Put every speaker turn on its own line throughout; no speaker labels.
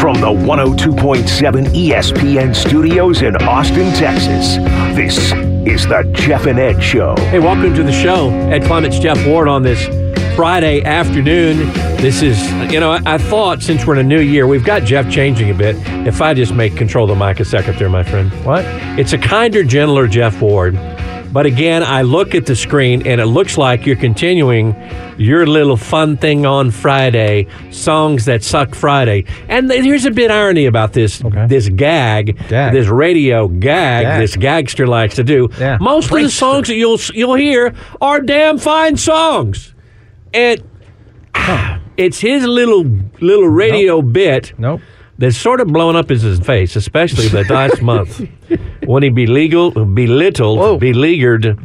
From the 102.7 ESPN studios in Austin, Texas, this is the Jeff and Ed Show.
Hey, welcome to the show. Ed Clements, Jeff Ward on this Friday afternoon. This is, you know, I, I thought since we're in a new year, we've got Jeff changing a bit. If I just make control the mic a second there, my friend. What? It's a kinder, gentler Jeff Ward. But again, I look at the screen and it looks like you're continuing your little fun thing on Friday, songs that suck Friday. And th- here's a bit irony about this this gag,
Gag.
this radio gag,
Gag.
this gagster likes to do.
Yeah.
Most of the songs that you'll you'll hear are damn fine songs. And ah, it's his little little radio bit
Nope.
that's sort of blown up in his face, especially the last month when he belegal, belittled,
Whoa.
beleaguered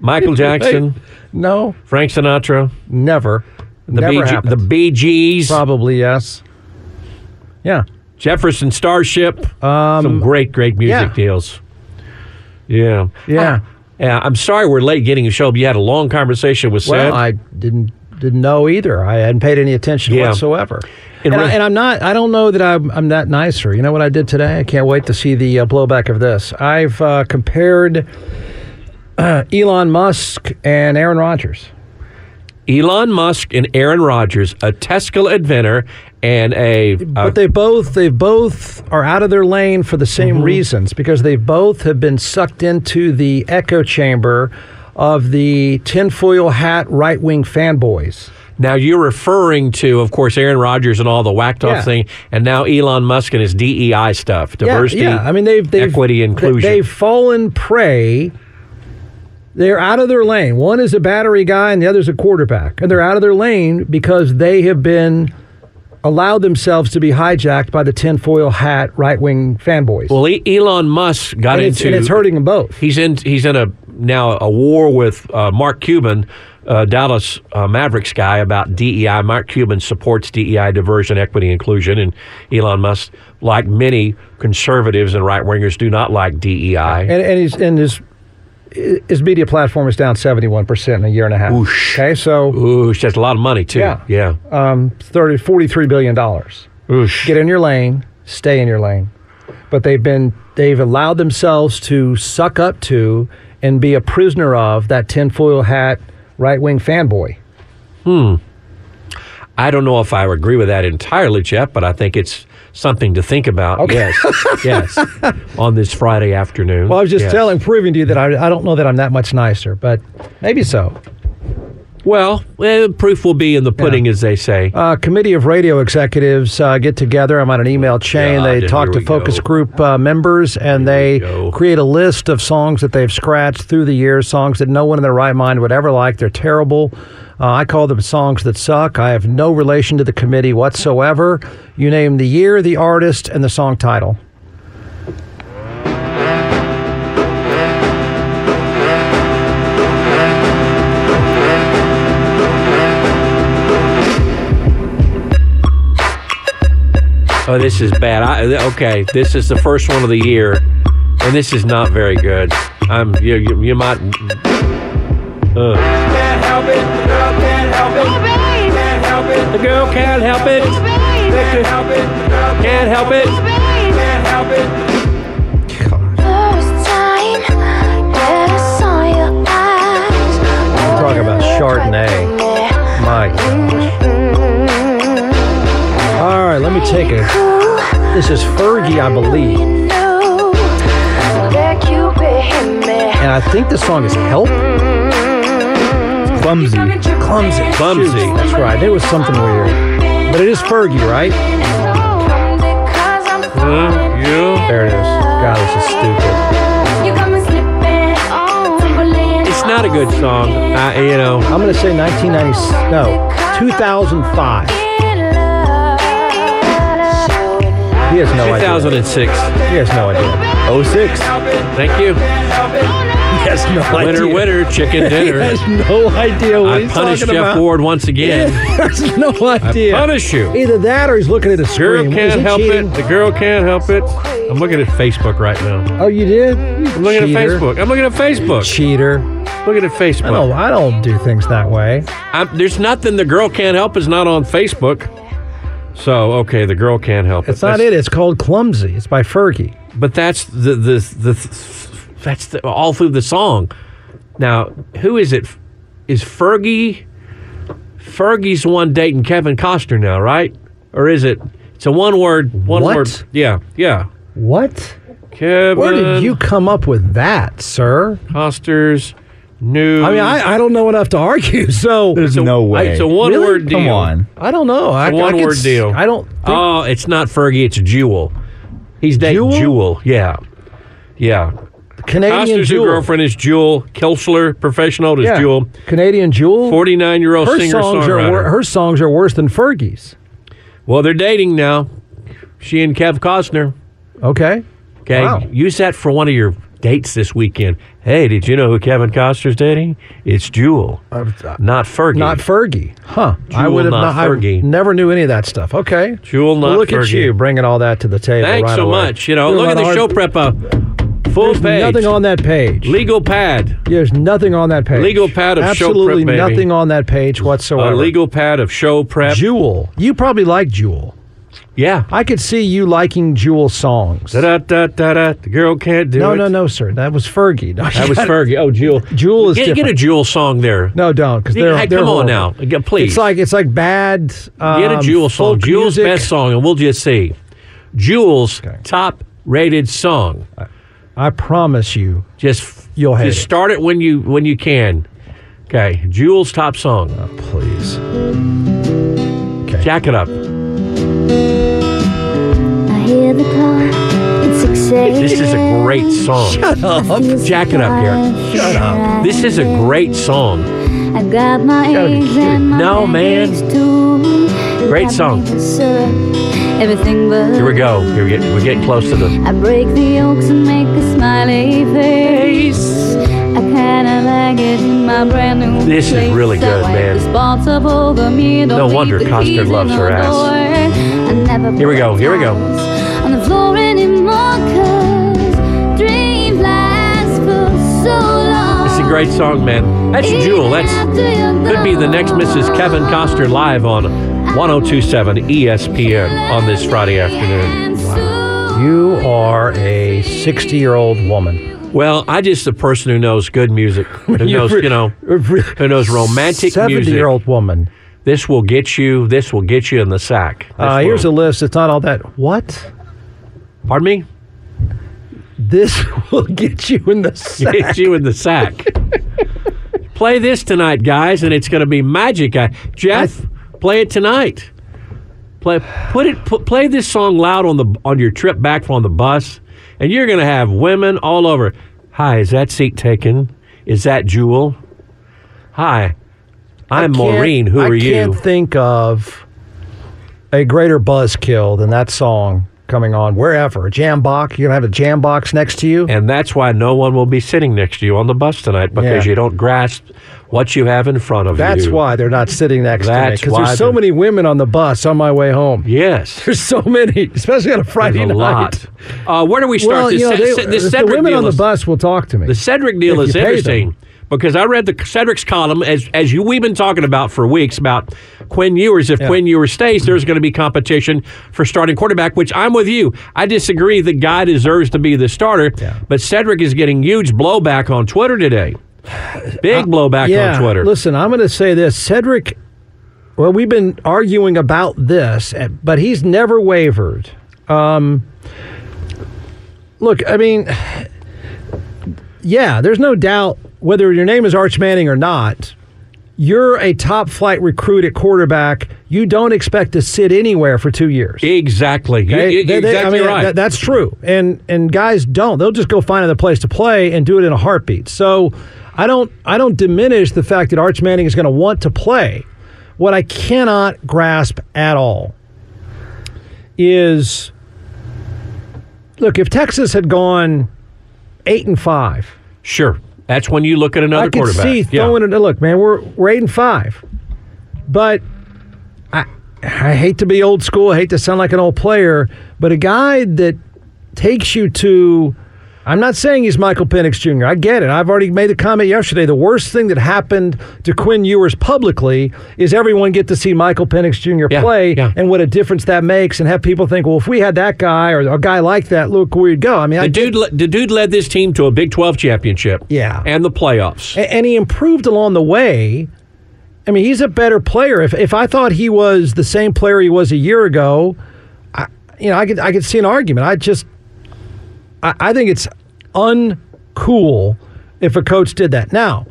Michael Jackson,
No,
Frank Sinatra,
never.
the,
never
Bee Ge-
happened.
the Bee Gees,
Probably yes. Yeah.
Jefferson Starship, some great great music
Um, yeah.
deals. Yeah,
Yeah.
yeah. I'm sorry we're late getting a show. But you had a long conversation with Seth.
Well, I didn't didn't know either. I hadn't paid any attention
Yeah.
whatsoever.
In
And,
re-
I, and I'm not. I don't know that I'm, I'm that nicer. You know what I did today? I can't wait to see the uh, blowback of this. I've uh, compared uh, Elon Musk and Aaron Rodgers.
Elon Musk and Aaron Rodgers, a Tesla inventor and a, a
but they both they both are out of their lane for the same
Mm-hmm.
reasons because they both have been sucked into the echo chamber of the tinfoil hat right wing fanboys.
Now you're referring to, of course, Aaron Rodgers and all the whacked off
Yeah.
thing, and now Elon Musk and his DEI stuff, diversity,
yeah, yeah. I mean they've, they've
equity,
they-
inclusion.
They've fallen prey. They're out of their lane. One is a battery guy, and the other's a quarterback, and they're out of their lane because they have been allowed themselves to be hijacked by the tinfoil hat right wing fanboys.
well, E- Elon Musk got
and, it's,
into
and it's hurting them both.
He's in he's in a now a war with uh, Mark Cuban, uh, Dallas uh, Mavericks guy about DEI. Mark Cuban supports DEI, diversion, equity, inclusion, and Elon Musk, like many conservatives and right wingers, do not like E DEI.
and and, he's, and his his media platform is down seventy one percent in a year and a half.
Oosh.
Okay, so
Ooh, she has a lot of money too.
Yeah.
yeah.
um, 30, 43 billion dollars.
Oosh.
Get in your lane, stay in your lane. But they've been they've allowed themselves to suck up to and be a prisoner of that tinfoil hat right wing fanboy.
I don't know if I agree with that entirely, Jeff, but I think it's something to think about. Yes, yes. On this Friday afternoon.
Well, I was just
Yes.
telling, proving to you that I, I don't know that I'm that much nicer, but maybe so.
Well, eh, proof will be in the pudding, as they say.
Uh, committee of radio executives uh, get together. I'm on an email chain.
God,
they
here
talk to
we
focus
go.
group uh, members and
we
they
go.
create a list of songs that they've scratched through the years, songs that no one in their right mind would ever like. They're terrible. Uh, I call them songs that suck. I have no relation to the committee whatsoever. You name the year, the artist, and the song title.
Oh, this is bad. I, th- okay, this is the first one of the year, and this is not very good. I'm you. You, you might. Uh.
Can't help it, the girl can't help it. Can't help it,
The girl can't help it.
can't help it, the girl
Can't help it.
can't help it.
talking about Chardonnay. My All right, let me take it. This is Fergie, I believe. And I think this song is Help. Clumsy. Clumsy.
Clumsy.
Shoot, That's right. It was something weird. But it is Fergie, right?
Because I'm
You.
There it is. God, this is stupid.
It's not a good song. I, you know,
I'm going to say 1990. No, 2005. He has no idea.
2006.
He has no idea.
06.
Thank you.
He has no
Winner,
idea.
winner, chicken
He
dinner.
has no idea what
I
he's
punish
talking
Jeff
about.
Ward once again.
He has no idea.
Punish you.
Either that or he's looking at a
Girl
screen. Is
can't
he
help
cheating?
it. The girl can't help it. I'm looking at Facebook right now.
Oh, you did?
I'm looking at
Cheater.
Facebook. I'm looking at Facebook.
Cheater.
Looking at Facebook.
I don't, I don't do things that way.
I'm, there's nothing the girl can't help is not on Facebook. So okay, the girl can't help it.
It's not
That's-
it. It's called Clumsy. It's by Fergie.
But that's the the the th- that's the, all through the song. Now, who is it? Is Fergie? Fergie's the one dating Kevin Costner now, right? Or is it? It's a one word. One
What?
word. Yeah, yeah.
What?
Kevin
Where did you come up with that, sir?
Costner's new.
I mean, I, I don't know enough to argue, so
There's no way.
It's a one word deal.
Come on.
I don't know. I, I could
one-word
s-
deal.
I don't. Think,
Oh, it's not Fergie. It's Jewel. He's dating
Jewel?
Jewel. Yeah, yeah.
Canadian
Costner's new
Jewel.
girlfriend is Jewel. Kelsler, professional, is
Yeah.
Jewel.
Canadian Jewel.
Forty-nine-year-old
her
singer
songs are wor-
songwriter.
her songs are worse than Fergie's.
Well, they're dating now. She and Kev Costner.
Okay.
Okay,
Wow.
use that for one of your dates this weekend. Hey, did you know who Kevin Costner's dating? It's Jewel, not Fergie.
Not Fergie, huh? I
uh, Jewel,
would have
not
not. I
Fergie.
never knew any of that stuff. Okay.
Jewel,
Well,
not
look at
Fergie.
you bringing all that to the table.
Thanks
right
so
away.
much. You know,
Doing a
look
lot
at the
of
show
hard-
prep up. Full
There's
page.
nothing on that page.
Legal pad. uh,
There's nothing on that page.
Legal pad of show
Absolutely
prep, baby.
nothing on that page whatsoever.
A legal pad of show prep.
Jewel. You probably like Jewel.
yeah.
I could see you liking Jewel songs.
Da, da, da, da, da. The girl can't do
No,
it.
no, no, sir. That was Fergie. No,
That
you
was
gotta-
Fergie. Oh, Jewel.
Jewel is
Get, get a
different.
Jewel song there.
No, don't because they're,
hey,
they're
come on
horrible.
now. Yeah, Please.
It's like it's like bad. Um,
get a Jewel song.
folk
Jewel's
music.
best song, and we'll just see. Jewel's top rated song.
I promise you.
Just
You'll hate
just
it.
start it when you when you can. Okay, Jewel's top song.
Please.
Jack it up.
hear the call. It's 6 a.m.
This is a great song. Jack it up, Garrett.
Shut up.
This is a great song.
I got my
gotta be
eggs
kidding.
and my
No, man.
eggs too.
Great
Got
song.
me to syrup, Everything but
Here we go. Here we get, we're getting close to the.
I break the yolks and make a smiley face. I kinda like it in my brand new
This is
place.
really
I
good,
wipe
man.
the spots up over me, don't
No
leave
wonder
the
Costner
keys in
loves
the
her ass.
door. I never
Here we
put
go, here we go.
towels On the floor anymore, 'cause dreams last for so long.
It's a great song, man. That's Jewel. That's could be the next Mrs. Kevin Costner live on 1027 ESPN on this Friday afternoon.
You are a 60 year old woman.
Well, I just the person who knows good music, who knows, you know, who knows romantic
70
music.
year old woman.
This will get you. This will get you in the sack. This
Uh,
will-
here's a list. It's not all that. What?
pardon me.
This will get you in the sack.
Get you in the sack. play this tonight, guys, and it's going to be magic. I, Jeff, play it tonight. Play put it put, play this song loud on the on your trip back from the bus, and you're going to have women all over. Hi, is that seat taken? Is that Jewel? Hi, I'm
can't-
Maureen. Who
I
are you?
can't think of a greater buzzkill than that song coming on wherever. A jam box. You're going to have a jam box next to you.
And that's why no one will be sitting next to you on the bus tonight because
Yeah.
you don't grasp what you have in front of
That's
you.
why they're not sitting next to me.
That's
Because
why
there's so
they're-
many women on the bus on my way home.
Yes.
There's so many, especially on a Friday
There's a
night.
lot. Uh, where do we start?
Well,
this,
you know,
this,
they,
this
the
Cedric
women
deal
on the
is,
bus will talk to me.
The Cedric deal
if
is
you pay them.
interesting because I read the Cedric's column as as you we've been talking about for weeks about Quinn Ewers. If Quinn Ewers stays, there's going to be competition for starting quarterback. Which I'm with you. I disagree. The guy deserves to be the starter, but Cedric is getting huge blowback on Twitter today. Big blowback
Uh, yeah,
on Twitter.
Listen, I'm going to say this, Cedric. Well, we've been arguing about this, eh, but he's never wavered. Um, look, I mean, yeah, there's no doubt whether your name is Arch Manning or not. you're a top flight recruit at quarterback. You don't expect to sit anywhere for two years.
Exactly. You-
Okay?
you-
They-
you're
they- I
exactly
mean,
right.
that- that's true. And and guys don't. They'll just go find another place to play and do it in a heartbeat. So I don't I don't diminish the fact that Arch Manning is going to want to play. What I cannot grasp at all is look, if Texas had gone eight and five,
sure. That's when you look at another
I could
quarterback.
see
Yeah.
throwing it. Look, man, we're we're eight and five, but I I hate to be old school. I hate to sound like an old player, but a guy that takes you to. I'm not saying he's Michael Penix Jr. I get it. I've already made the comment yesterday. The worst thing that happened to Quinn Ewers publicly is everyone get to see Michael Penix Jr.
Yeah,
play
yeah.
and what a difference that makes, and have people think, well, if we had that guy or a guy like that, look where we'd go. I mean, I
The dude, le- the dude led this team to a Big 12 championship.
Yeah.
And the playoffs.
A- and he improved along the way. I mean, he's a better player. If if I thought he was the same player he was a year ago, I, you know, I could I could see an argument. I just I, I think it's uncool if a coach did that. Now,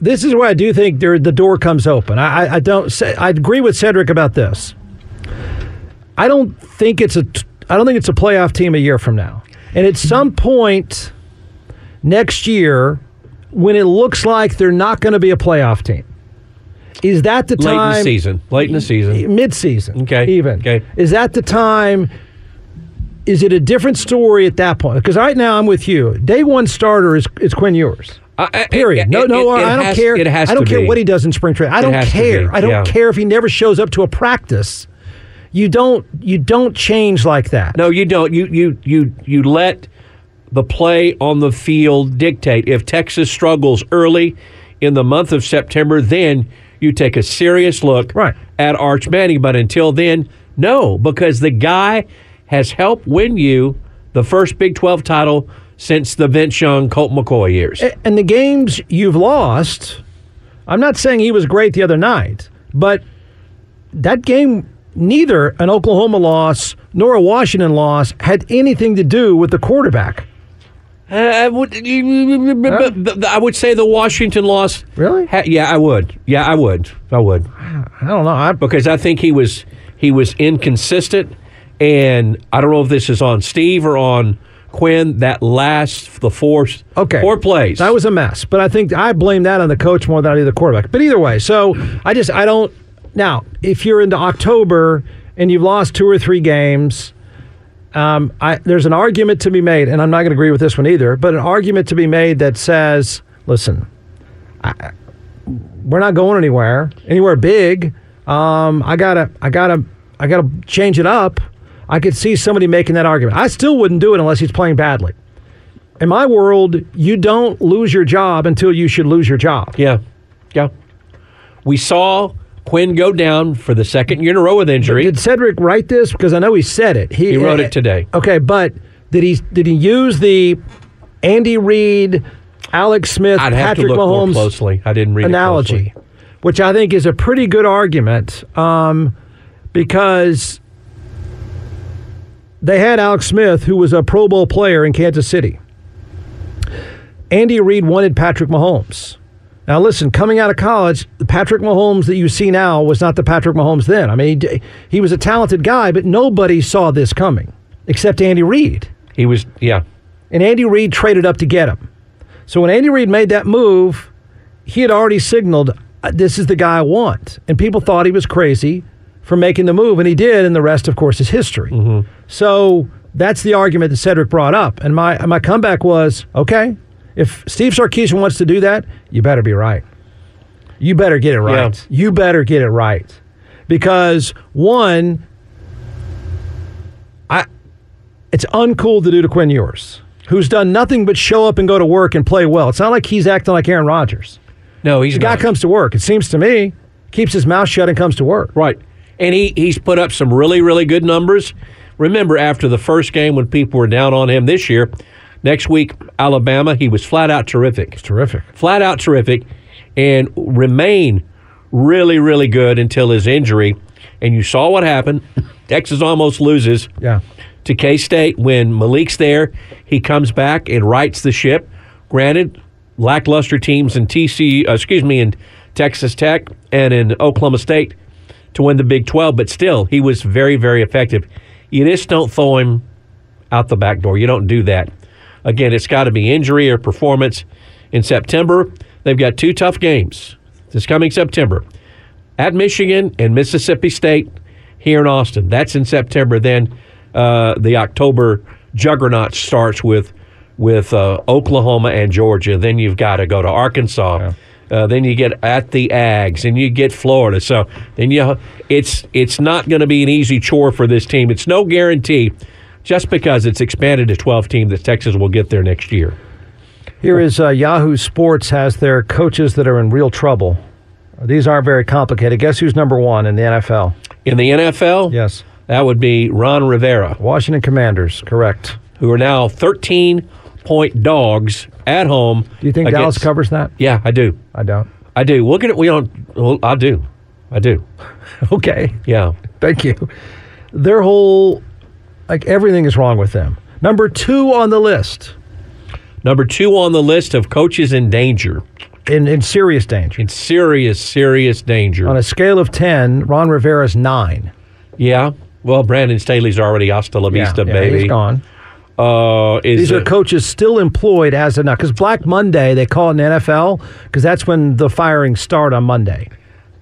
this is where I do think there, the door comes open. I, I, I don't. say- I agree with Cedric about this. I don't think it's a. t- I don't think it's a playoff team a year from now. And at some point next year, when it looks like they're not going to be a playoff team, is that the
Late in
time?
the season. Late in the season.
Mid-season.
Okay,
Even.
okay.
Is that the time? Is it a different story at that point? Because right now I'm with you. Day one starter is is Quinn Ewers.
I- I-
Period.
it-
no, no,
it- it
I don't
has-
care.
It has
I don't
to
care
be.
what he does in spring training. I don't
has to
care.
be,
I don't
yeah.
care if he never shows up to a practice. You don't. You don't change like that.
No, you don't. You you you you let the play on the field dictate. If Texas struggles early in the month of September, then you take a serious look
Right.
at Arch Manning. But until then, no, because the guy has helped win you the first Big Twelve title since the Vince Young Colt McCoy years.
A- And the games you've lost, I'm not saying he was great the other night, but that game, neither an Oklahoma loss nor a Washington loss had anything to do with the quarterback.
Uh, I would, but- but I would say the Washington loss.
Really?
Ha- yeah, I would. Yeah, I would. I would.
I don't know. I,
because I think he was he was inconsistent, and I don't know if this is on Steve or on Quinn. That last the four
okay.
four plays
That was a mess, but I think I blame that on the coach more than I do the quarterback. But either way, so I just, I don't. Now, if you're into October and you've lost two or three games, um, I, there's an argument to be made, and I'm not going to agree with this one either, but an argument to be made that says, listen, I, we're not going anywhere, anywhere big. Um, I gotta, I gotta, I gotta change it up. I could see somebody making that argument. I still wouldn't do it unless he's playing badly. In my world, you don't lose your job until you should lose your job.
yeah yeah. We saw Quinn go down for the second year in a row with injury.
Did Cedric write this? Because I know he said it.
He wrote it today.
Okay, but did he did he use the Andy Reid, Alex Smith,
I'd have
Patrick
to look more
Mahomes
closely. I didn't read It
analogy,
closely.
which I think is a pretty good argument um, because they had Alex Smith, who was a Pro Bowl player in Kansas City. Andy Reid wanted Patrick Mahomes. Now, listen, coming out of college, the Patrick Mahomes that you see now was not the Patrick Mahomes then. I mean, he, d- he was a talented guy, but nobody saw this coming except Andy Reid
He was yeah.
and Andy Reid traded up to get him. So when Andy Reid made that move, he had already signaled "Uh, this is the guy I want, and people thought he was crazy for making the move, and he did, and the rest, of course, is history. So that's the argument that Cedric brought up, and my my comeback was okay. If Steve Sarkisian wants to do that, you better be right. You better get it right.
Yeah.
You better get it right. Because one, I it's uncool to do to Quinn Ewers, who's done nothing but show up and go to work and play well. It's not like he's acting like Aaron Rodgers.
No, he's
The guy
not.
comes to work, it seems to me, keeps his mouth shut and comes to work.
Right. And he, he's put up some really, really good numbers. Remember, after the first game when people were down on him this year, next week, Alabama, he was flat out terrific.
Terrific.
Flat out terrific and remain really, really good until his injury. And you saw what happened. Texas almost loses
Yeah.
to K State when Malik's there. He comes back and rights the ship. Granted, lackluster teams in TC, uh, excuse me, in Texas Tech and in Oklahoma State to win the Big 12, but still, he was very, very effective. You just don't throw him out the back door. You don't do that. Again, it's got to be injury or performance. In September, they've got two tough games this coming September at Michigan and Mississippi State here in Austin. That's in September. Then uh, the October juggernaut starts with with uh, Oklahoma and Georgia. Then you've got to go to Arkansas. Uh, then you get at the Ags, and you get Florida. So then you, it's it's not going to be an easy chore for this team. It's no guarantee, just because it's expanded to twelve team that Texas will get there next year.
Here is uh, Yahoo Sports has their coaches that are in real trouble. These aren't very complicated. Guess who's number one in the NFL?
In the NFL,
Yes,
that would be Ron Rivera.
Washington Commanders. Correct.
who are now 13 point dogs at home.
Do you think Dallas
against-
covers that?
Yeah, I do.
I don't.
I do. We'll get it. We don't. Well, I do. I do.
Okay.
Yeah.
Thank you. Their whole, like everything is wrong with them. Number two on the list
Number two on the list of coaches in danger,
in, in serious danger.
in serious, serious danger.
On a scale of 10, Ron Rivera's nine.
yeah. Well, Brandon Staley's already hasta la vista,
yeah,
baby.
He's gone.
Uh, is
These are
it-
coaches still employed as of now. Because Black Monday, they call it in the NFL because that's when the firings start on Monday.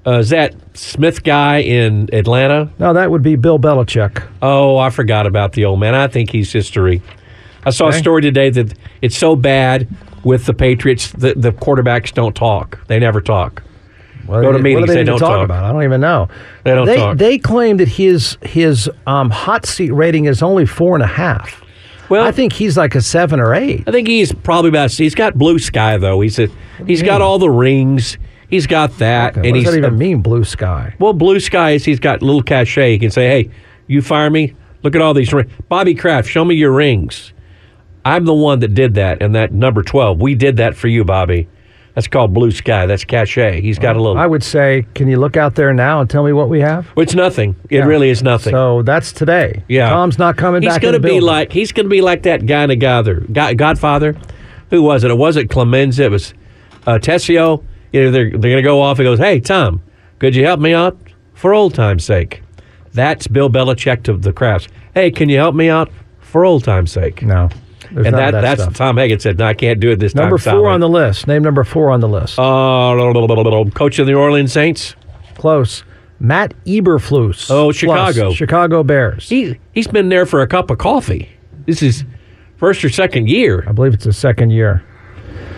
uh, is that Smith guy in Atlanta?
Now, that would be Bill Belichick.
Oh, I forgot about the old man. I think he's history. I saw a story today that it's so bad with the Patriots that the quarterbacks don't talk. They never talk.
What
Go to
do they-
meetings,
what do
they
even
don't
talk,
talk.
about. I don't even know.
They don't
they,
talk.
They claim that his his um, hot seat rating is only four and a half.
Well,
I think he's like a seven or eight.
I think he's probably about. He's got blue sky though. He's a, he's got all the rings. He's got that,
Hmm. what
and
does
he's
that even mean, blue sky?
well. Blue sky is he's got little cachet. He can say, "Hey, you fire me? Look at all these rings." Bobby Kraft, show me your rings. I'm the one that did that, and that number twelve. We did that for you, Bobby. That's called blue sky. That's cachet. He's got a little.
I would say, can you look out there now and tell me what we have?
Well, It's nothing. It
Yeah.
really is nothing.
So that's today.
yeah,
Tom's not coming
He's
back.
gonna
in the
be
building.
like he's gonna be like that guy in the Godfather. God, Godfather, who was it? It wasn't Clemenza. It was uh, Tessio. You know, they're they're gonna go off. He goes, "Hey Tom, could you help me out for old time's sake?" That's Bill Belichick to the crafts. Hey, can you help me out for old time's sake?
no. There's
and
none of
that, that's
stuff.
Tom Hagen said, "No, I can't do it this
number
time."
four on the list. Name number four on the list.
uh, coach of the New Orleans Saints.
Close. Matt Eberflus.
Oh,
Plus,
Chicago.
Chicago Bears.
He he's been there for a cup of coffee. This is first or second year.
I believe it's his second year.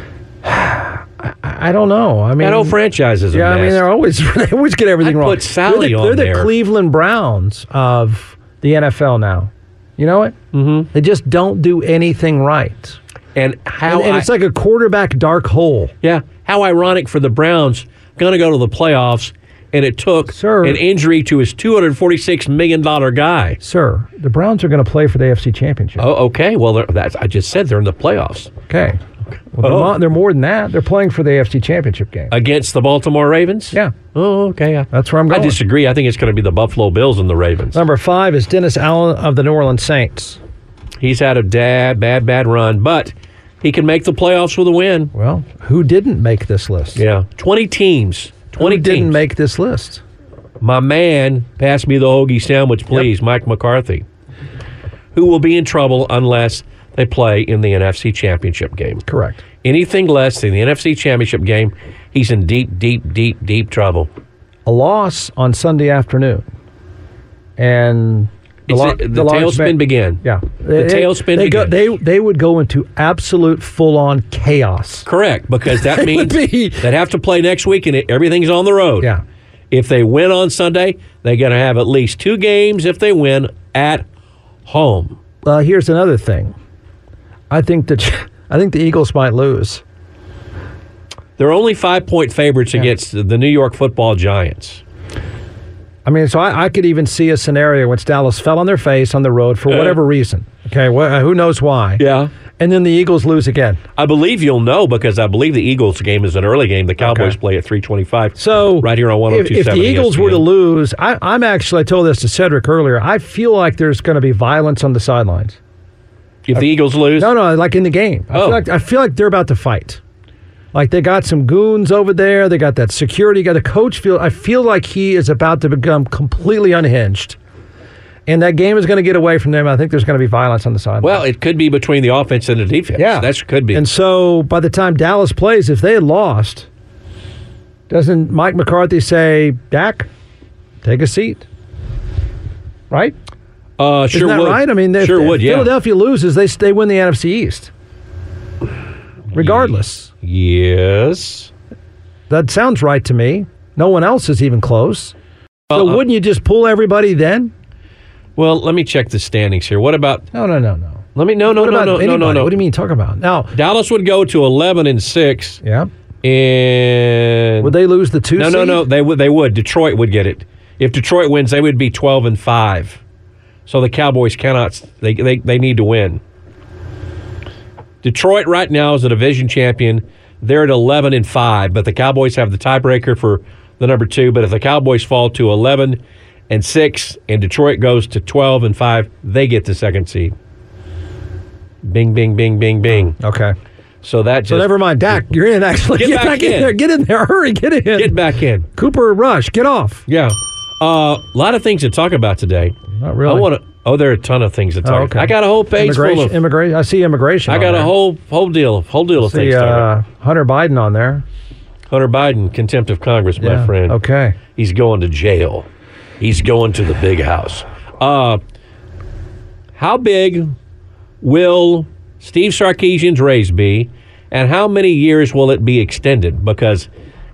I, I don't know. I mean,
That old franchise is a
yeah, I
mess.
mean, they're always they always get everything
I'd
wrong.
put Sally
they're the,
on
they're the
there.
Cleveland Browns of the NFL now. You know it? Mm-hmm. They just don't do anything right,
and how
and, and
I-
it's like a quarterback dark hole.
yeah, how ironic for the Browns going to go to the playoffs, and it took
Sir.
an injury to his two hundred forty six million dollar guy.
Sir, the Browns are going to play for the AFC Championship.
Oh, okay. Well, they're- that's I just said they're in the playoffs
Okay, well, they're,
Oh.
mo- they're more than that. They're playing for the AFC Championship game.
against the Baltimore Ravens.
yeah,
Oh, okay. I-
that's where I'm
I
going.
disagree. I think it's going to be the Buffalo Bills and the Ravens.
Number five is Dennis Allen of the New Orleans Saints.
He's had a dad, bad, bad run, but he can make the playoffs with a win.
Well, who didn't make this list?
Yeah, twenty teams.
Who
Twenty
didn't
teams.
make this list?
My man, pass me the hoagie sandwich, please, Mike McCarthy, who will be in trouble unless they play in the NFC Championship game.
Correct.
Anything less than the NFC Championship game, he's in deep, deep, deep, deep trouble.
A loss on Sunday afternoon, and
It's-
lo-
the
large
tailspin
man-
began.
Yeah,
The tailspin
They, go,
began.
they they would go into absolute full on chaos.
Correct, because that means
would be-
they'd have to play next week and it, everything's on the road.
Yeah.
If they win on Sunday, they're going to have at least two games if they win at home.
Uh, here's another thing. I think the I think the Eagles might lose.
They're only five point favorites against the New York football giants.
I mean, so I, I could even see a scenario when Dallas fell on their face on the road for whatever reason. Okay, wh- who knows why?
Yeah.
and then the Eagles lose again.
I believe you'll know because I believe the Eagles game is an early game. The Cowboys
Okay.
play at 325.
So
right here on
if,
1027.
if the Eagles were to
ESPN.
lose, I, I'm actually I told this to Cedric earlier. I feel like there's going to be violence on the sidelines.
If the Eagles lose,
No, no, like in the game. I,
Oh.
feel like, I feel like they're about to fight. Like they got some goons over there. They got that security guy. The coach feel I feel like he is about to become completely unhinged, and that game is going to get away from them. I think there's going to be violence on the sideline.
Well, it could be between the offense and the defense.
Yeah.
that could be.
And so by the time Dallas plays, if they had lost, doesn't Mike McCarthy say, Dak, take a seat? Right?
uh,
Isn't
sure
that
would.
right? I mean, if,
sure
if
would. Yeah.
Philadelphia loses, they, they win the NFC East. Regardless.
Yes.
That sounds right to me. No one else is even close.
Uh,
So
uh,
wouldn't you just pull everybody then?
Well, let me check the standings here. What about?
No, no, no, no.
Let me. No, no,
What
no,
about
no, no,
anybody?
no, no.
What do you mean talk about? Now,
Dallas would go to eleven and six,
yeah.
and
Would they lose the two
No, no,
seed?
no. They would. They would. Detroit would get it. If Detroit wins, they would be twelve and five. So the Cowboys cannot. They they, they need to win. Detroit right now is a division champion. They're at eleven and five, but the Cowboys have the tiebreaker for the number two. But if the Cowboys fall to eleven and six, and Detroit goes to twelve and five, they get the second seed. Bing, bing, bing, bing, bing.
Okay.
So that just
So never mind. Dak, you're in actually.
Get
You're
back
not getting
in.
there. Get in there. Hurry, get in.
get back in.
Cooper Rush, get off.
Yeah. Uh, A lot of things to talk about today.
Not really.
I want to. Oh, there are a ton of things to talk.
okay.
I got a whole page full
immigration,
of.
immigration. I see immigration.
I
on
got a
there.
whole whole deal whole deal of things.
see
to talk about.
uh, Hunter Biden on there.
Hunter Biden, contempt of Congress, my
Yeah,
friend.
Okay.
He's going to jail. He's going to the big house. Uh, how big will Steve Sarkeesian's raise be, and how many years will it be extended? Because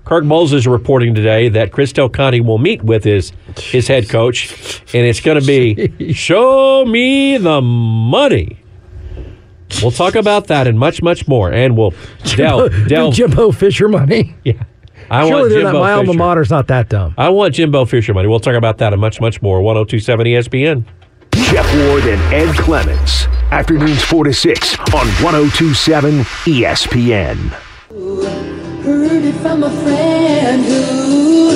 Kirk Bowles is reporting today that Chris Del Conte will meet with his his head coach, and it's going to be show me the money. We'll talk about that and much, much more, and we'll delve. delve.
Jimbo Fisher money.
yeah. I
Surely
want
they're not,
Jimbo
my alma
Fisher.
mater's not that dumb.
I want Jimbo Fisher money. We'll talk about that and much, much more. 1027 ESPN.
Jeff Ward and Ed Clements. Afternoons 4 to 6 on 1027 ESPN.
Heard it from a friend who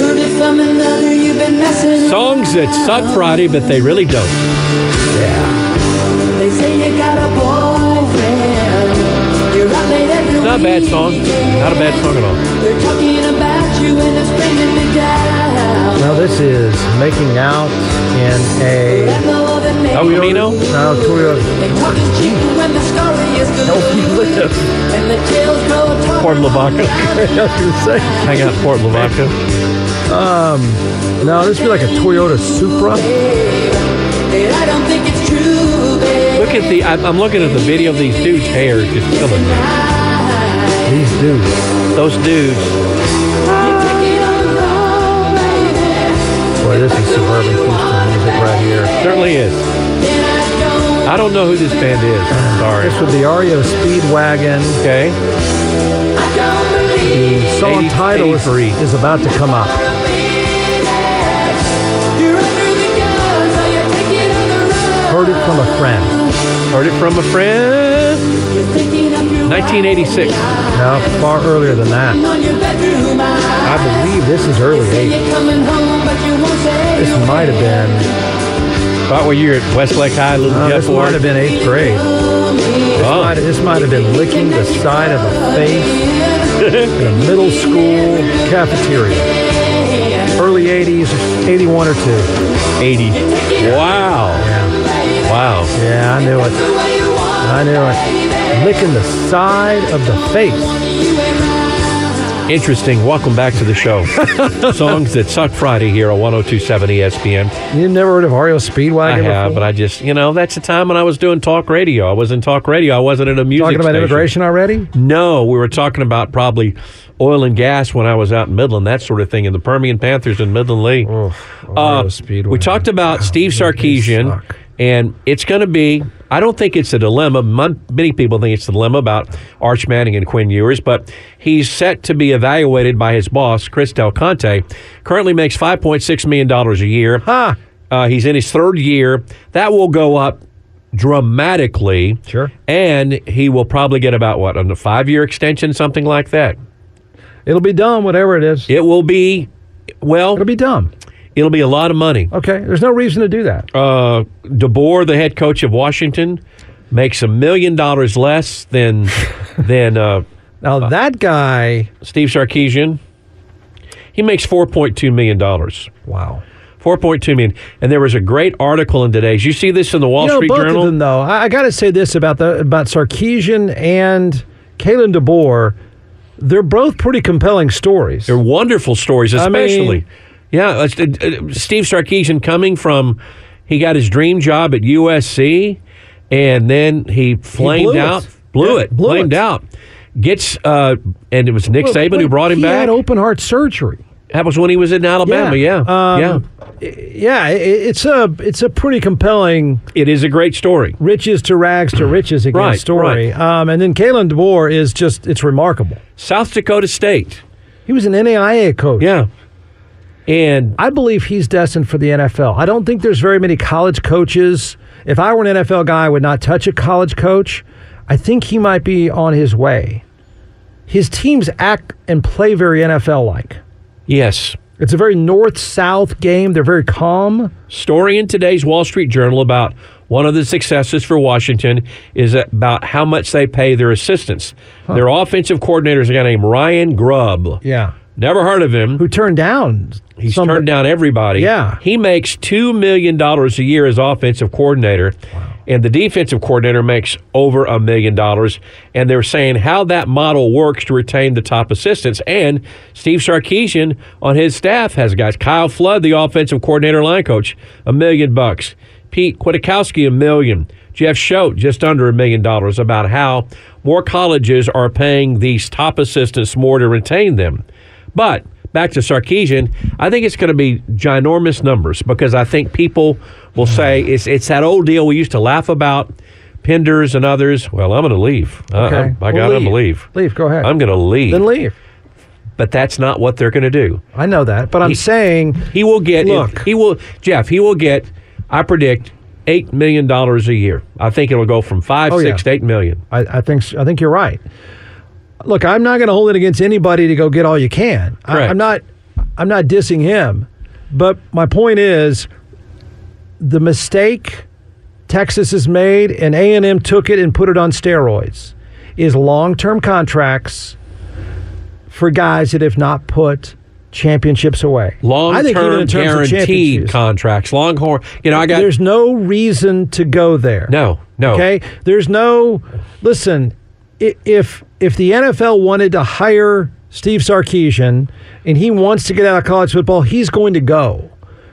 heard it from another. You've been messing.
Songs that suck Friday, but they really don't.
They say you got a boyfriend. You're up late every
Not a bad song. Not a bad song at all.
They're talking about you and it's bringing me down.
No, this is making out in a.
Level that made
El Camino?
No, Toyota.
They talk is cheap when the story is good. And the tales grow tall.
Port Lavaca. Hang out, Port Lavaca.
No, this would be like a Toyota Supra.
Babe, I don't think it's true, babe.
Look at the, I'm I'm looking at the video of these dudes' hair is just killing me.
These dudes.
Those dudes.
You're taking on the wrong, baby.
Boy, this is suburban Houston music right here.
Certainly is.
Then I don't
I don't know who this band is. I'm
This
sorry.
would be REO Speedwagon.
Okay.
The song
80
title is,
83.
is about to come up. Heard it from a friend.
Heard it from a friend. 1986.
No, far earlier than that. I believe this is early 80s. This might have been.
About where you're at Westlake High, little
Uh,
Jeff
this might
Ward.
have been eighth grade.
Oh.
Might- this might have been licking the side of a face in a middle school cafeteria. Early 80s, 81 or 2.
80. Wow.
Yeah,
Wow.
yeah, I knew it. I knew it. Licking the side of the face.
Interesting. Welcome back to the show. Songs that suck Friday here on 1027 ESPN.
You never heard of Ario Speedwagon?
I have, but
before?
I just, you know, that's the time when I was doing talk radio. I was in talk radio. I wasn't in a music
Talking about
station.
immigration already?
No, we were talking about probably oil and gas when I was out in Midland, that sort of thing, and the Permian Panthers in Midland League.
Oh. Ohio
E Uh,
Speedway.
We talked about Steve Sarkeesian,
suck.
and it's going to be. I don't think it's a dilemma. Mon- Many people think it's a dilemma about Arch Manning and Quinn Ewers, but he's set to be evaluated by his boss, Chris Del Conte. Currently makes five point six million dollars a year.
Ha!
Uh, he's in his third year. That will go up dramatically.
Sure.
And he will probably get about what a five-year extension, something like that.
It'll be dumb, whatever it is.
It will be, well,
It'll be dumb.
it'll be a lot of money.
Okay, there's no reason to do that.
uh, DeBoer, the head coach of Washington, makes a million dollars less than than uh,
Now that guy,
Steve Sarkeesian, he makes $4.2 million. $4.2
wow.
million. And there was a great article in today's. You see this in the Wall
you know,
Street
both
Journal?
of them though. I, I got to say this about the about Sarkeesian and Kalen DeBoer. They're both pretty compelling stories.
They're wonderful stories,
I mean-
especially. yeah, it's- it- it- Steve Sarkeesian coming from, he got his dream job at USC, and then he flamed
blew it.
out, blew
Yeah,
it,
blew
flamed
it.
out. Gets, uh, and it was Nick Saban
But
who brought him
he
back.
had open heart surgery.
that was when he was in Alabama. Yeah,
Um,
yeah.
Yeah, it, it's a it's a pretty compelling
It is a great story.
riches to rags to riches again
Right,
story. Um, and then Kalen DeBoer is just it's remarkable.
South Dakota State.
He was an NAIA coach.
Yeah, and
I believe he's destined for the NFL. I don't think there's very many college coaches. If I were an NFL guy, I would not touch a college coach. I think he might be on his way. His teams act and play very NFL like.
yes,
It's a very north south game. They're very calm.
story in today's Wall Street Journal about one of the successes for Washington is about how much they pay their assistants. Their offensive coordinator is a guy named Ryan Grubb.
Yeah.
Never heard of him.
Who turned down?
He's
some-
turned down everybody.
Yeah.
He makes $2 million a year as offensive coordinator. And the defensive coordinator makes over a million dollars. And they're saying how that model works to retain the top assistants. And Steve Sarkeesian on his staff has guys. Kyle Flood, the offensive coordinator line coach, a million bucks. Pete Kwiatkowski, a million. Jeff Schoat, just under a million dollars, about how more colleges are paying these top assistants more to retain them. But back to Sarkeesian, I think it's going to be ginormous numbers because I think people will say it's it's that old deal we used to laugh about. Penders and others. Well, I'm going to leave. Uh,
Okay.
I'm- by
Well,
God, I'm going
leave.
to leave.
Leave, go ahead.
I'm going to leave.
Then leave.
But that's not what they're going to do.
I know that, but I'm saying
He will get.
Look.
he will. Jeff. He will get. I predict eight million dollars a year. I think it'll go from five,
Oh,
six
yeah.
to eight million.
I, I think s- I think you're right. Look, I'm not going to hold it against anybody to go get all you can. I,
Correct.
I'm not. I'm not dissing him, but my point is, the mistake Texas has made and A and M took it and put it on steroids is long-term contracts for guys that have not put championships away. I think even
Long-term
in terms of
guaranteed
championships,
contracts. Longhorn. You know, I got
There's no reason to go there.
no, no.
Okay. There's no. Listen, i- if if the NFL wanted to hire Steve Sarkeesian and he wants to get out of college football, he's going to go.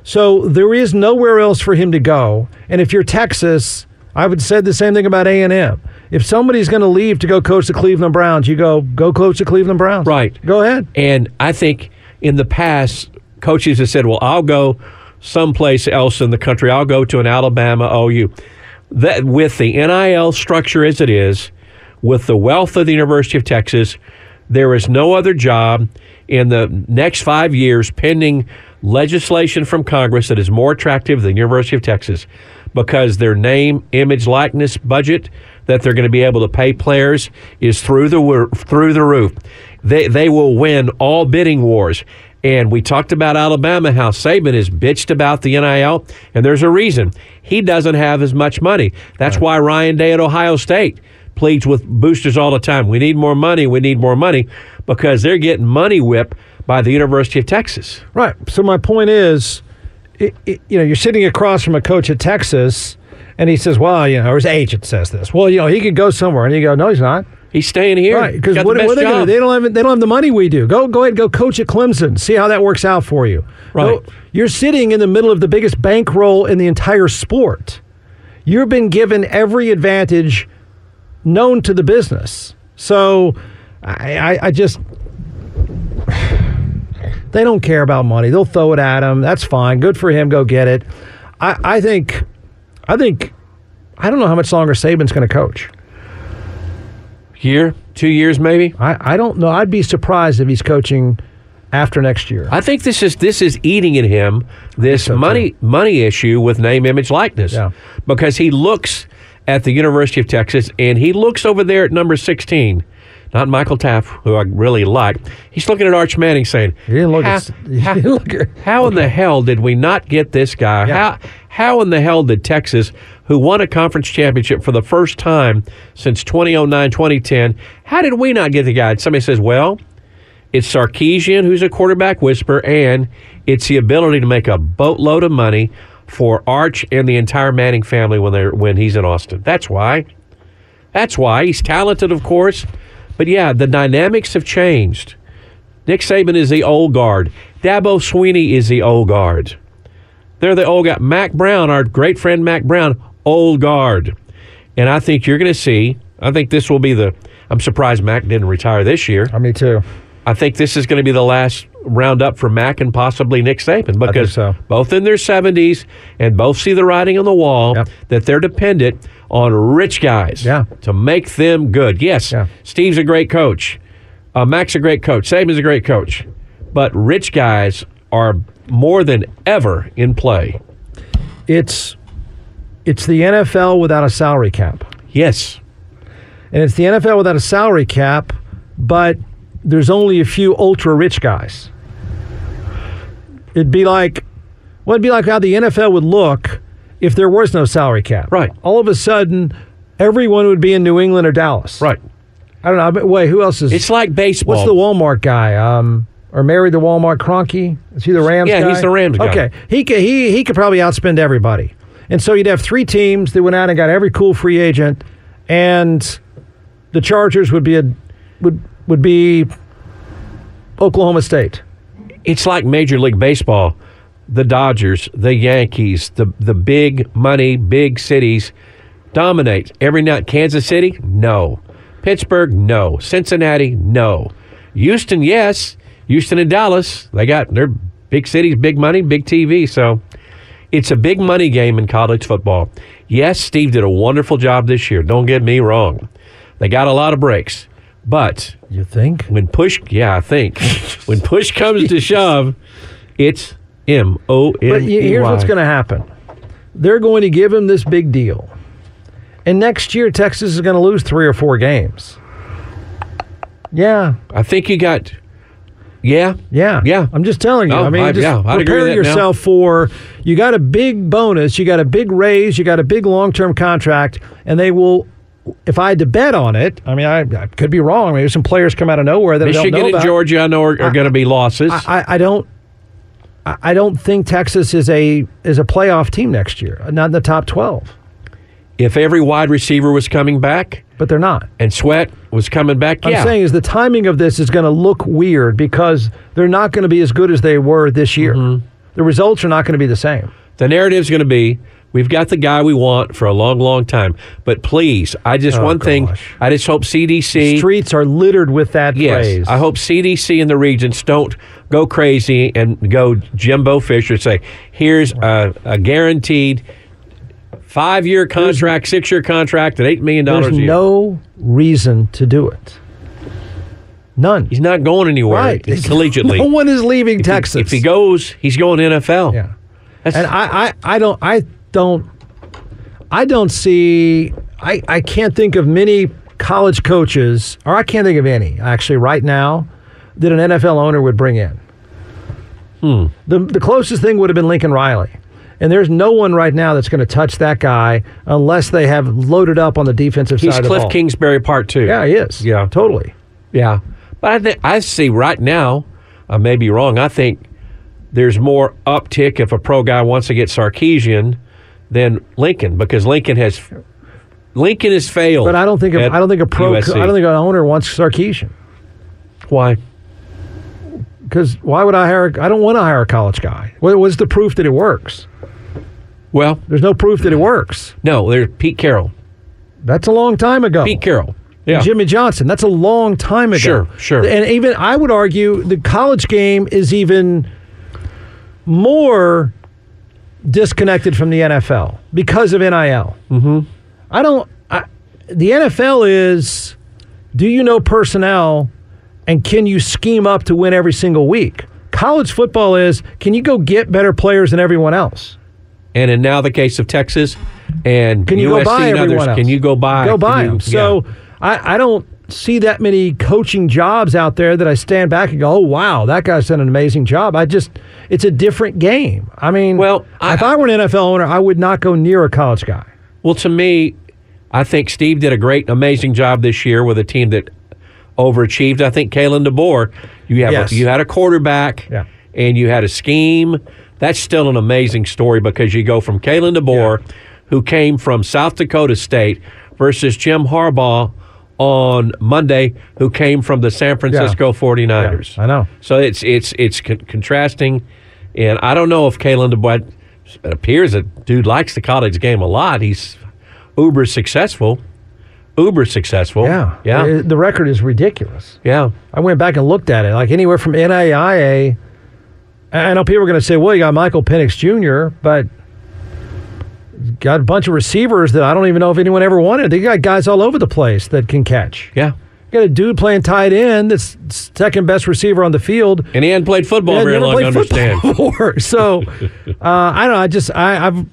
So there is nowhere else for him to go. And if you're Texas, I would say the same thing about A and M. If somebody's going to leave to go coach the Cleveland Browns, you go go coach the Cleveland Browns.
Right.
Go ahead.
And I think in the past, coaches have said, well, I'll go someplace else in the country. I'll go to an Alabama OU. That with the NIL structure as it is, with the wealth of the University of Texas, there is no other job in the next five years pending legislation from Congress that is more attractive than University of Texas because their name, image, likeness budget that they're going to be able to pay players is through the wo- through the roof. They they will win all bidding wars. And we talked about Alabama, how Saban is bitched about the NIL, and there's a reason. He doesn't have as much money. That's why Ryan Day at Ohio State pleads with boosters all the time. We need more money. We need more money because they're getting money whipped by the University of Texas.
Right. So my point is, it, it, you know, you're sitting across from a coach at Texas, and he says, "Well, you know," or his agent says this. Well, you know, he could go somewhere, and you go, "No, he's not."
He's staying here.
Right?
He's
Because
got
what,
the
what
best
are they going to do?
job.
They don't have they don't have the money we do. Go go ahead, go coach at Clemson. See how that works out for you.
Right.
No, you're sitting in the middle of the biggest bankroll in the entire sport. You've been given every advantage known to the business. So, I, I, I just they don't care about money. They'll throw it at him. That's fine. Good for him. Go get it. I, I think, I think, I don't know how much longer Saban's going to coach.
Year, two years maybe.
I, I don't know. I'd be surprised if he's coaching after next year.
I think this is this is eating at him this
so,
money money issue with name image likeness
Yeah.
because he looks at the University of Texas and he looks over there at number 16 not Michael Taft, who I really like. He's looking at Arch Manning saying,
He didn't look
how,
at. He didn't look at
how in the hell did we not get this guy?
Yeah.
How how in the hell did Texas, who won a conference championship for the first time since 2009 2010, how did we not get the guy? And somebody says, well, it's Sarkeesian, who's a quarterback whisperer, and it's the ability to make a boatload of money for Arch and the entire Manning family when they're when he's in Austin. That's why. That's why he's talented, of course. But yeah, the dynamics have changed. Nick Saban is the old guard. Dabo Sweeney is the old guard. They're the old guy. Mac Brown, our great friend Mac Brown, old guard. And I think you're going to see. I think this will be the. I'm surprised Mac didn't retire this year.
I me too.
I think this is going to be the last roundup for Mac and possibly Nick Saban because
so.
both in their 70s and both see the writing on the wall
Yep.
that they're dependent on rich guys
Yeah.
to make them good. Yes,
Yeah.
Steve's a great coach. Uh, Mac's a great coach. Saban's a great coach. But rich guys are more than ever in play.
It's it's the NFL without a salary cap.
Yes.
and it's the NFL without a salary cap, but there's only a few ultra rich guys. It'd be like, well, it'd be like how the NFL would look if there was no salary cap.
Right.
All of a sudden, everyone would be in New England or Dallas.
Right.
I don't know. I bet- Wait, who else is?
It's like baseball.
what's the Walmart guy? Um, or married the Walmart Cronky? Is he the Rams?
Yeah,
guy?
he's the Rams guy.
Okay, he could, he he could probably outspend everybody, and so you'd have three teams that went out and got every cool free agent, and the Chargers would be a would would be Oklahoma State.
it's like Major League Baseball. The Dodgers, the Yankees, the the big money, big cities dominate every night. Kansas City, no. Pittsburgh, no. Cincinnati, no. Houston, yes. Houston and Dallas, they got their big cities, big money, big TV. So it's a big money game in college football. Yes, Steve did a wonderful job this year. Don't get me wrong. They got a lot of breaks, but
You think?
when push yeah i think when push comes to shove it's m o
But
m
y-
e
here's what's
y
going to happen: they're going to give him this big deal, and next year Texas is going to lose three or four games. Yeah,
i think you got yeah
Yeah.
yeah
I'm just telling you.
No,
I mean,
I-
just
yeah, I'd agree
prepare
with that now.
yourself for you got a big bonus, you got a big raise, you got a big long term contract, and they will. If I had to bet on it, I mean, I, I could be wrong. I mean, there's some players come out of nowhere that I don't
michigan
know
and
about.
georgia i know are, are going to be losses
I, I- I don't. I I don't think Texas is a is a playoff team next year. Not in the top twelve,
if every wide receiver was coming back
but they're not.
and sweat was coming back yeah
I'm saying is the timing of this is going to look weird because they're not going to be as good as they were this year.
Mm-hmm.
The results are not going to be the same.
the narrative's going to be we've got the guy we want for a long long time but please i just
Oh,
one thing
gosh.
i just hope cdc
streets are littered with that
Yes,
phrase.
I hope CDC and the regents don't go crazy and go Jimbo Fisher and say, "Here's a, a guaranteed five-year contract, six-year contract at eight million
there's
dollars a year."
no reason to do it. None.
he's not going anywhere
right.
collegiately.
no one is leaving Texas.
If he goes, he's going NFL.
yeah.
That's-
And I, I, I don't, I don't, I don't see. I, I can't think of many college coaches, or I can't think of any actually right now that an NFL owner would bring in.
Hmm.
The the closest thing would have been Lincoln Riley. And there's no one right now that's going to touch that guy unless they have loaded up on the defensive
he's
side of the
Cliff
ball.
Kingsbury part two.
Yeah, he is.
Yeah.
totally.
Yeah, but I think I see right now. I may be wrong. I think there's more uptick if a pro guy wants to get Sarkeesian than Lincoln because Lincoln has Lincoln has failed.
But I don't think a,
at
I don't think a pro
USC.
I don't think an owner wants Sarkeesian
why
because why would I hire? I don't want to hire a college guy. What was the proof that it works?
well
There's no proof that it works.
no there's Pete Carroll
That's a long time ago.
Pete Carroll yeah
Jimmy Johnson. That's a long time ago.
Sure, sure.
And even I would argue the college game is even more disconnected from the NFL because of NIL. Mm-hmm. I don't. I, the NFL is: Do you know personnel, and can you scheme up to win every single week? College football is: Can you go get better players than everyone else?
and in now the case of Texas and
Can you
USC
go buy
and
everyone
others
else?
can you go buy
Go buy
can you-
them. So I, I don't. see that many coaching jobs out there that I stand back and go, "Oh wow, that guy's done an amazing job." I just, it's a different game. I mean,
Well, I-
if I were an NFL owner, I would not go near a college guy.
Well, to me, I think Steve did a great, amazing job this year with a team that overachieved. I think Kalen DeBoer, you have
Yes.
you had a quarterback,
Yeah.
and you had a scheme. That's still an amazing story because you go from Kalen DeBoer, who came from South Dakota State, versus Jim Harbaugh on Monday, who came from the San Francisco Forty 49ers.
Yeah, I know.
So it's it's it's con- contrasting, and I don't know if Kalen DeBoer. It appears that dude likes the college game a lot. He's uber successful, uber successful.
Yeah,
yeah,
It- the record is ridiculous.
yeah.
I went back and looked at it, like anywhere from NAIA. I know people are going to say, well, you got Michael Penix Jr., but got a bunch of receivers that I don't even know if anyone ever wanted. They got guys all over the place that can catch.
yeah.
Got a dude playing tight end that's second best receiver on the field.
And he hadn't played football
Yeah,
very
never
long.
played
I understand?
football before. So uh, I don't know. I just I, I've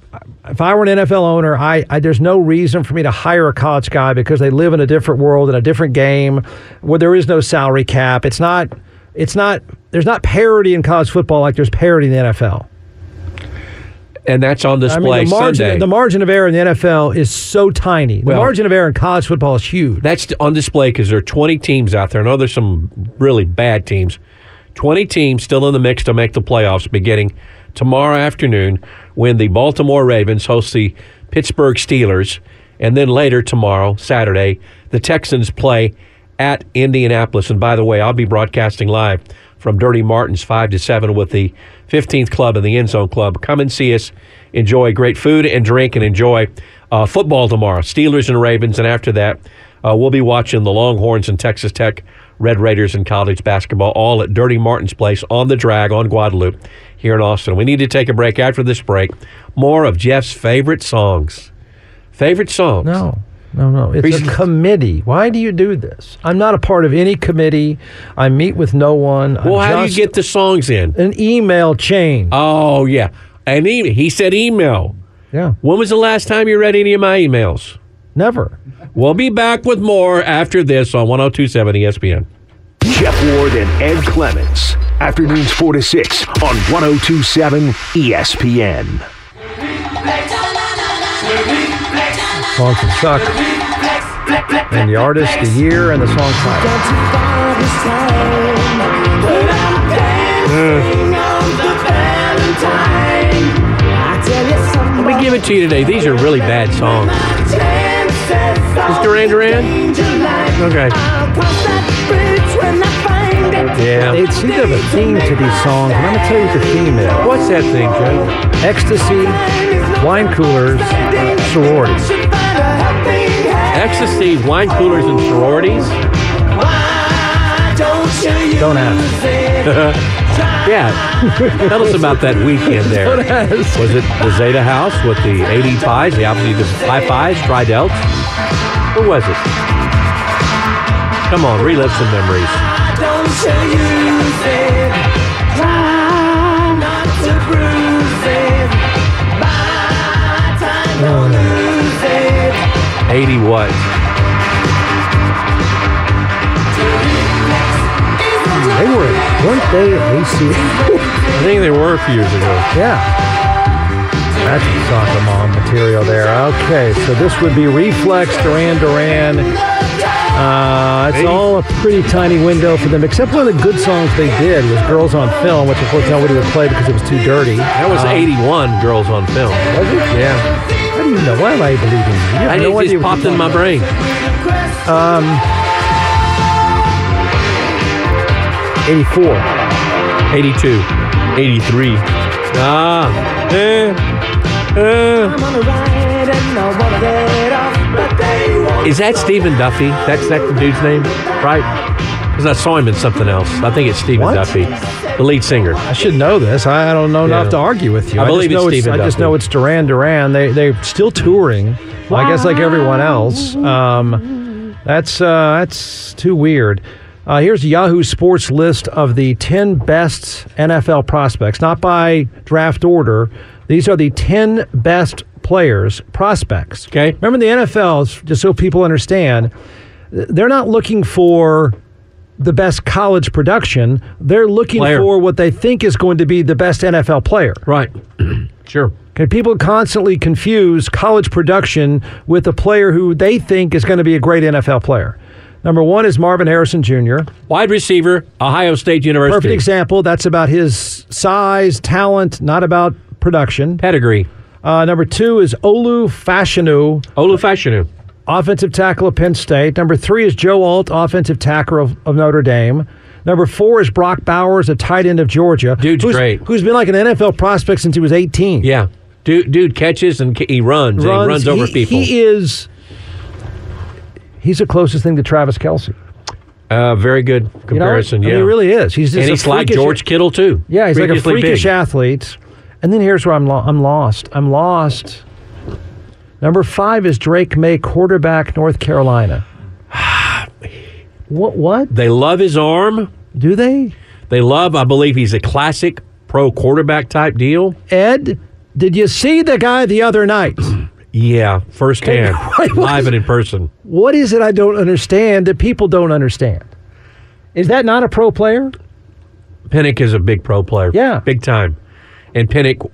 if I were an NFL owner, I, I there's no reason for me to hire a college guy because they live in a different world in a different game where there is no salary cap. It's not it's not there's not parity in college football like there's parity in the NFL.
And that's on
I
display
mean the
Sunday.
margin, the margin of error in the NFL is so tiny. The
Well-
margin of error in college football is huge.
That's on display because there are 20 teams out there. I know there's some really bad teams. 20 teams still in the mix to make the playoffs beginning tomorrow afternoon when the Baltimore Ravens host the Pittsburgh Steelers. And then later tomorrow, Saturday, the Texans play at Indianapolis. And by the way, I'll be broadcasting live from Dirty Martin's 5 to 7 with the 15th Club and the End Zone Club. Come and see us. Enjoy great food and drink and enjoy uh, football tomorrow. Steelers and Ravens. And after that, uh, we'll be watching the Longhorns and Texas Tech Red Raiders and college basketball all at Dirty Martin's Place on the drag on Guadalupe here in Austin. We need to take a break after this break. More of Jeff's favorite songs. Favorite songs.
No, no, no. It's
Reason-
a committee. Why do you do this? I'm not a part of any committee. I meet with no one. I'm
Well, how do you
just
get the songs in?
an email chain?
Oh, yeah. And e, he, he said email.
yeah,
When was the last time you read any of my emails?
never.
We'll be back with more after this on 1027 ESPN.
Jeff Ward and Ed Clements. Afternoons 4 to 6 on 1027 ESPN.
Song can suck. And the artist, the year, and the song title.
Let me give it to you today. These are really bad songs.
Is
Duran Duran? Okay.
They seem to have a theme to these songs, and I'm gonna tell you what the theme is:
What's that thing, Joe?
ecstasy, wine coolers, sororities.
Ecstasy, wine coolers, and sororities?
Don't ask.
Yeah. Tell us about that weekend there. Was it the Zeta House with the 80 Pies, the obviously the Pi Pies, Tri Delts? Who was it? Come on, relive some memories.
Don't
80 what?
They were, weren't they at ACL?
I think they were a few years ago.
Yeah. That's soccer mom material there. Okay, so this would be Reflex, Duran Duran. Uh, it's all a pretty tiny window for them, except one of the good songs they did was Girls on Film, which of course nobody would play because it was too dirty.
That was
Uh,
81 Girls on Film.
Was it? Yeah. How do you know? Why am I believing you? you? have
I
no
it
idea
just
what
popped
you're
in my
talking Um,
brain.
about. 84.
82. 83. Ah. Eh. Eh. Is that Stephen Duffy? That's that dude's name, right? Because I saw him in something else. I think it's Stephen
What?
Duffy, the lead singer.
I should know this. I, I don't know
Yeah.
enough to argue with you.
I
just
believe it's
know
Stephen
I just
Duffy.
know it's Duran Duran. They they're still touring. Well, I guess like everyone else. Um, that's uh, that's too weird. Uh, here's Yahoo Sports list of the 10 best NFL prospects, not by draft order. These are the 10 best players, prospects.
Okay.
Remember the NFL, just so people understand, they're not looking for the best college production. They're looking
Player.
for what they think is going to be the best NFL player.
Right. sure.
Okay, people constantly confuse college production with a player who they think is going to be a great NFL player. Number one is Marvin Harrison Jr.
Wide receiver, Ohio State University.
Perfect example. That's about his size, talent, not about production.
Pedigree.
Uh, number two is Olu Fashanu,
Olufashinu.
offensive tackle of Penn State. Number three is Joe Alt, offensive tackle of, of Notre Dame. Number four is Brock Bowers, a tight end of Georgia.
Dude's
who's,
great.
Who's been like an NFL prospect since he was 18.
Yeah. Dude, dude catches and ca- he runs. and he runs over
he-
people.
He is. He's the closest thing to Travis Kelsey.
uh, very good comparison. yeah.
I mean, he really is. He's just
and
a
he's like
freakish-
George Kittle, too.
Yeah, he's like a
Previously
freakish
big.
athlete. And then here's where I'm lo- I'm lost. I'm lost. Number five is Drake May, quarterback, North Carolina. what? What
They love his arm.
do they?
They love, I believe he's a classic pro quarterback type deal.
Ed, did you see the guy the other night?
Yeah, firsthand,
Wait, what?
live and in person.
what is it I don't understand that people don't understand? Is that not a pro player?
Pinnock is a big pro player.
Yeah.
Big time. And Pinnock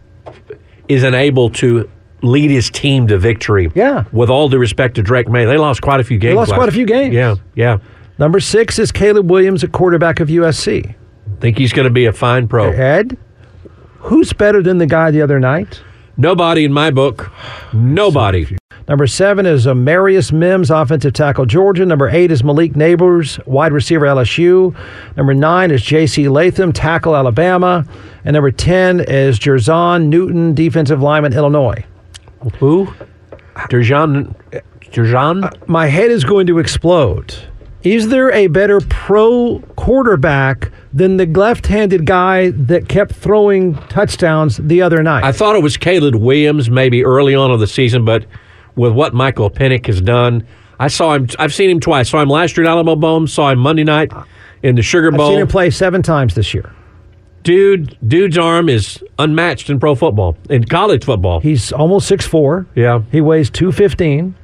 is unable to lead his team to victory.
Yeah.
With all due respect to Drake May, they lost quite a few games.
lost
last-
quite a few games.
Yeah, yeah.
Number six is Caleb Williams, a quarterback of USC.
Think he's going to be a fine pro.
Ed, who's better than the guy the other night?
Nobody in my book. Nobody.
Number seven is Amarius Mims, offensive tackle, Georgia. Number eight is Malik Neighbors, wide receiver, LSU. Number nine is J.C. Latham, tackle, Alabama. And number 10 is Jerzon Newton, defensive lineman, Illinois.
Who? Derjan. Derjan.
My head is going to explode. Is there a better pro quarterback than the left handed guy that kept throwing touchdowns the other night?
I thought it was Caleb Williams maybe early on of the season, but with what Michael Pennick has done, I saw him. I've seen him twice. Saw him last year in Alamo Bowl. Saw him Monday night in the Sugar
I've
Bowl.
seen him play seven times this year.
Dude, dude's arm is unmatched in pro football, in college football.
He's almost six four.
yeah,
He weighs 215.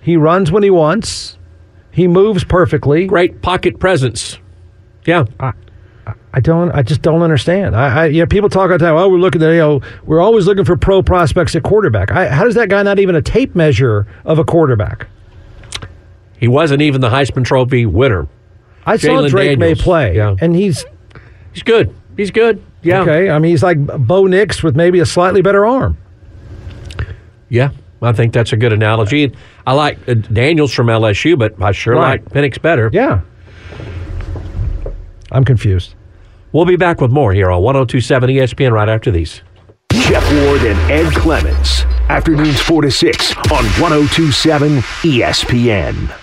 He runs when he wants. He moves perfectly.
great pocket presence. Yeah,
I don't. I just don't understand. I, I you know, people talk all the time. Oh, we're looking at you know, we're always looking for pro prospects at quarterback. I, how does that guy not even a tape measure of a quarterback?
he wasn't even the Heisman Trophy winner.
I saw
Jalen
Drake
Daniels.
May play,
Yeah.
and he's
He's good. He's good. Yeah.
okay. I mean, he's like Bo Nix with maybe a slightly better arm.
Yeah. I think that's a good analogy. I like uh, Daniels from LSU, but I sure
Right.
like Pennick's better.
Yeah, I'm confused.
We'll be back with more here on 1027 ESPN right after these.
Jeff Ward and oh E Ed Clements. Afternoons 4 to 6 on 1027 ESPN.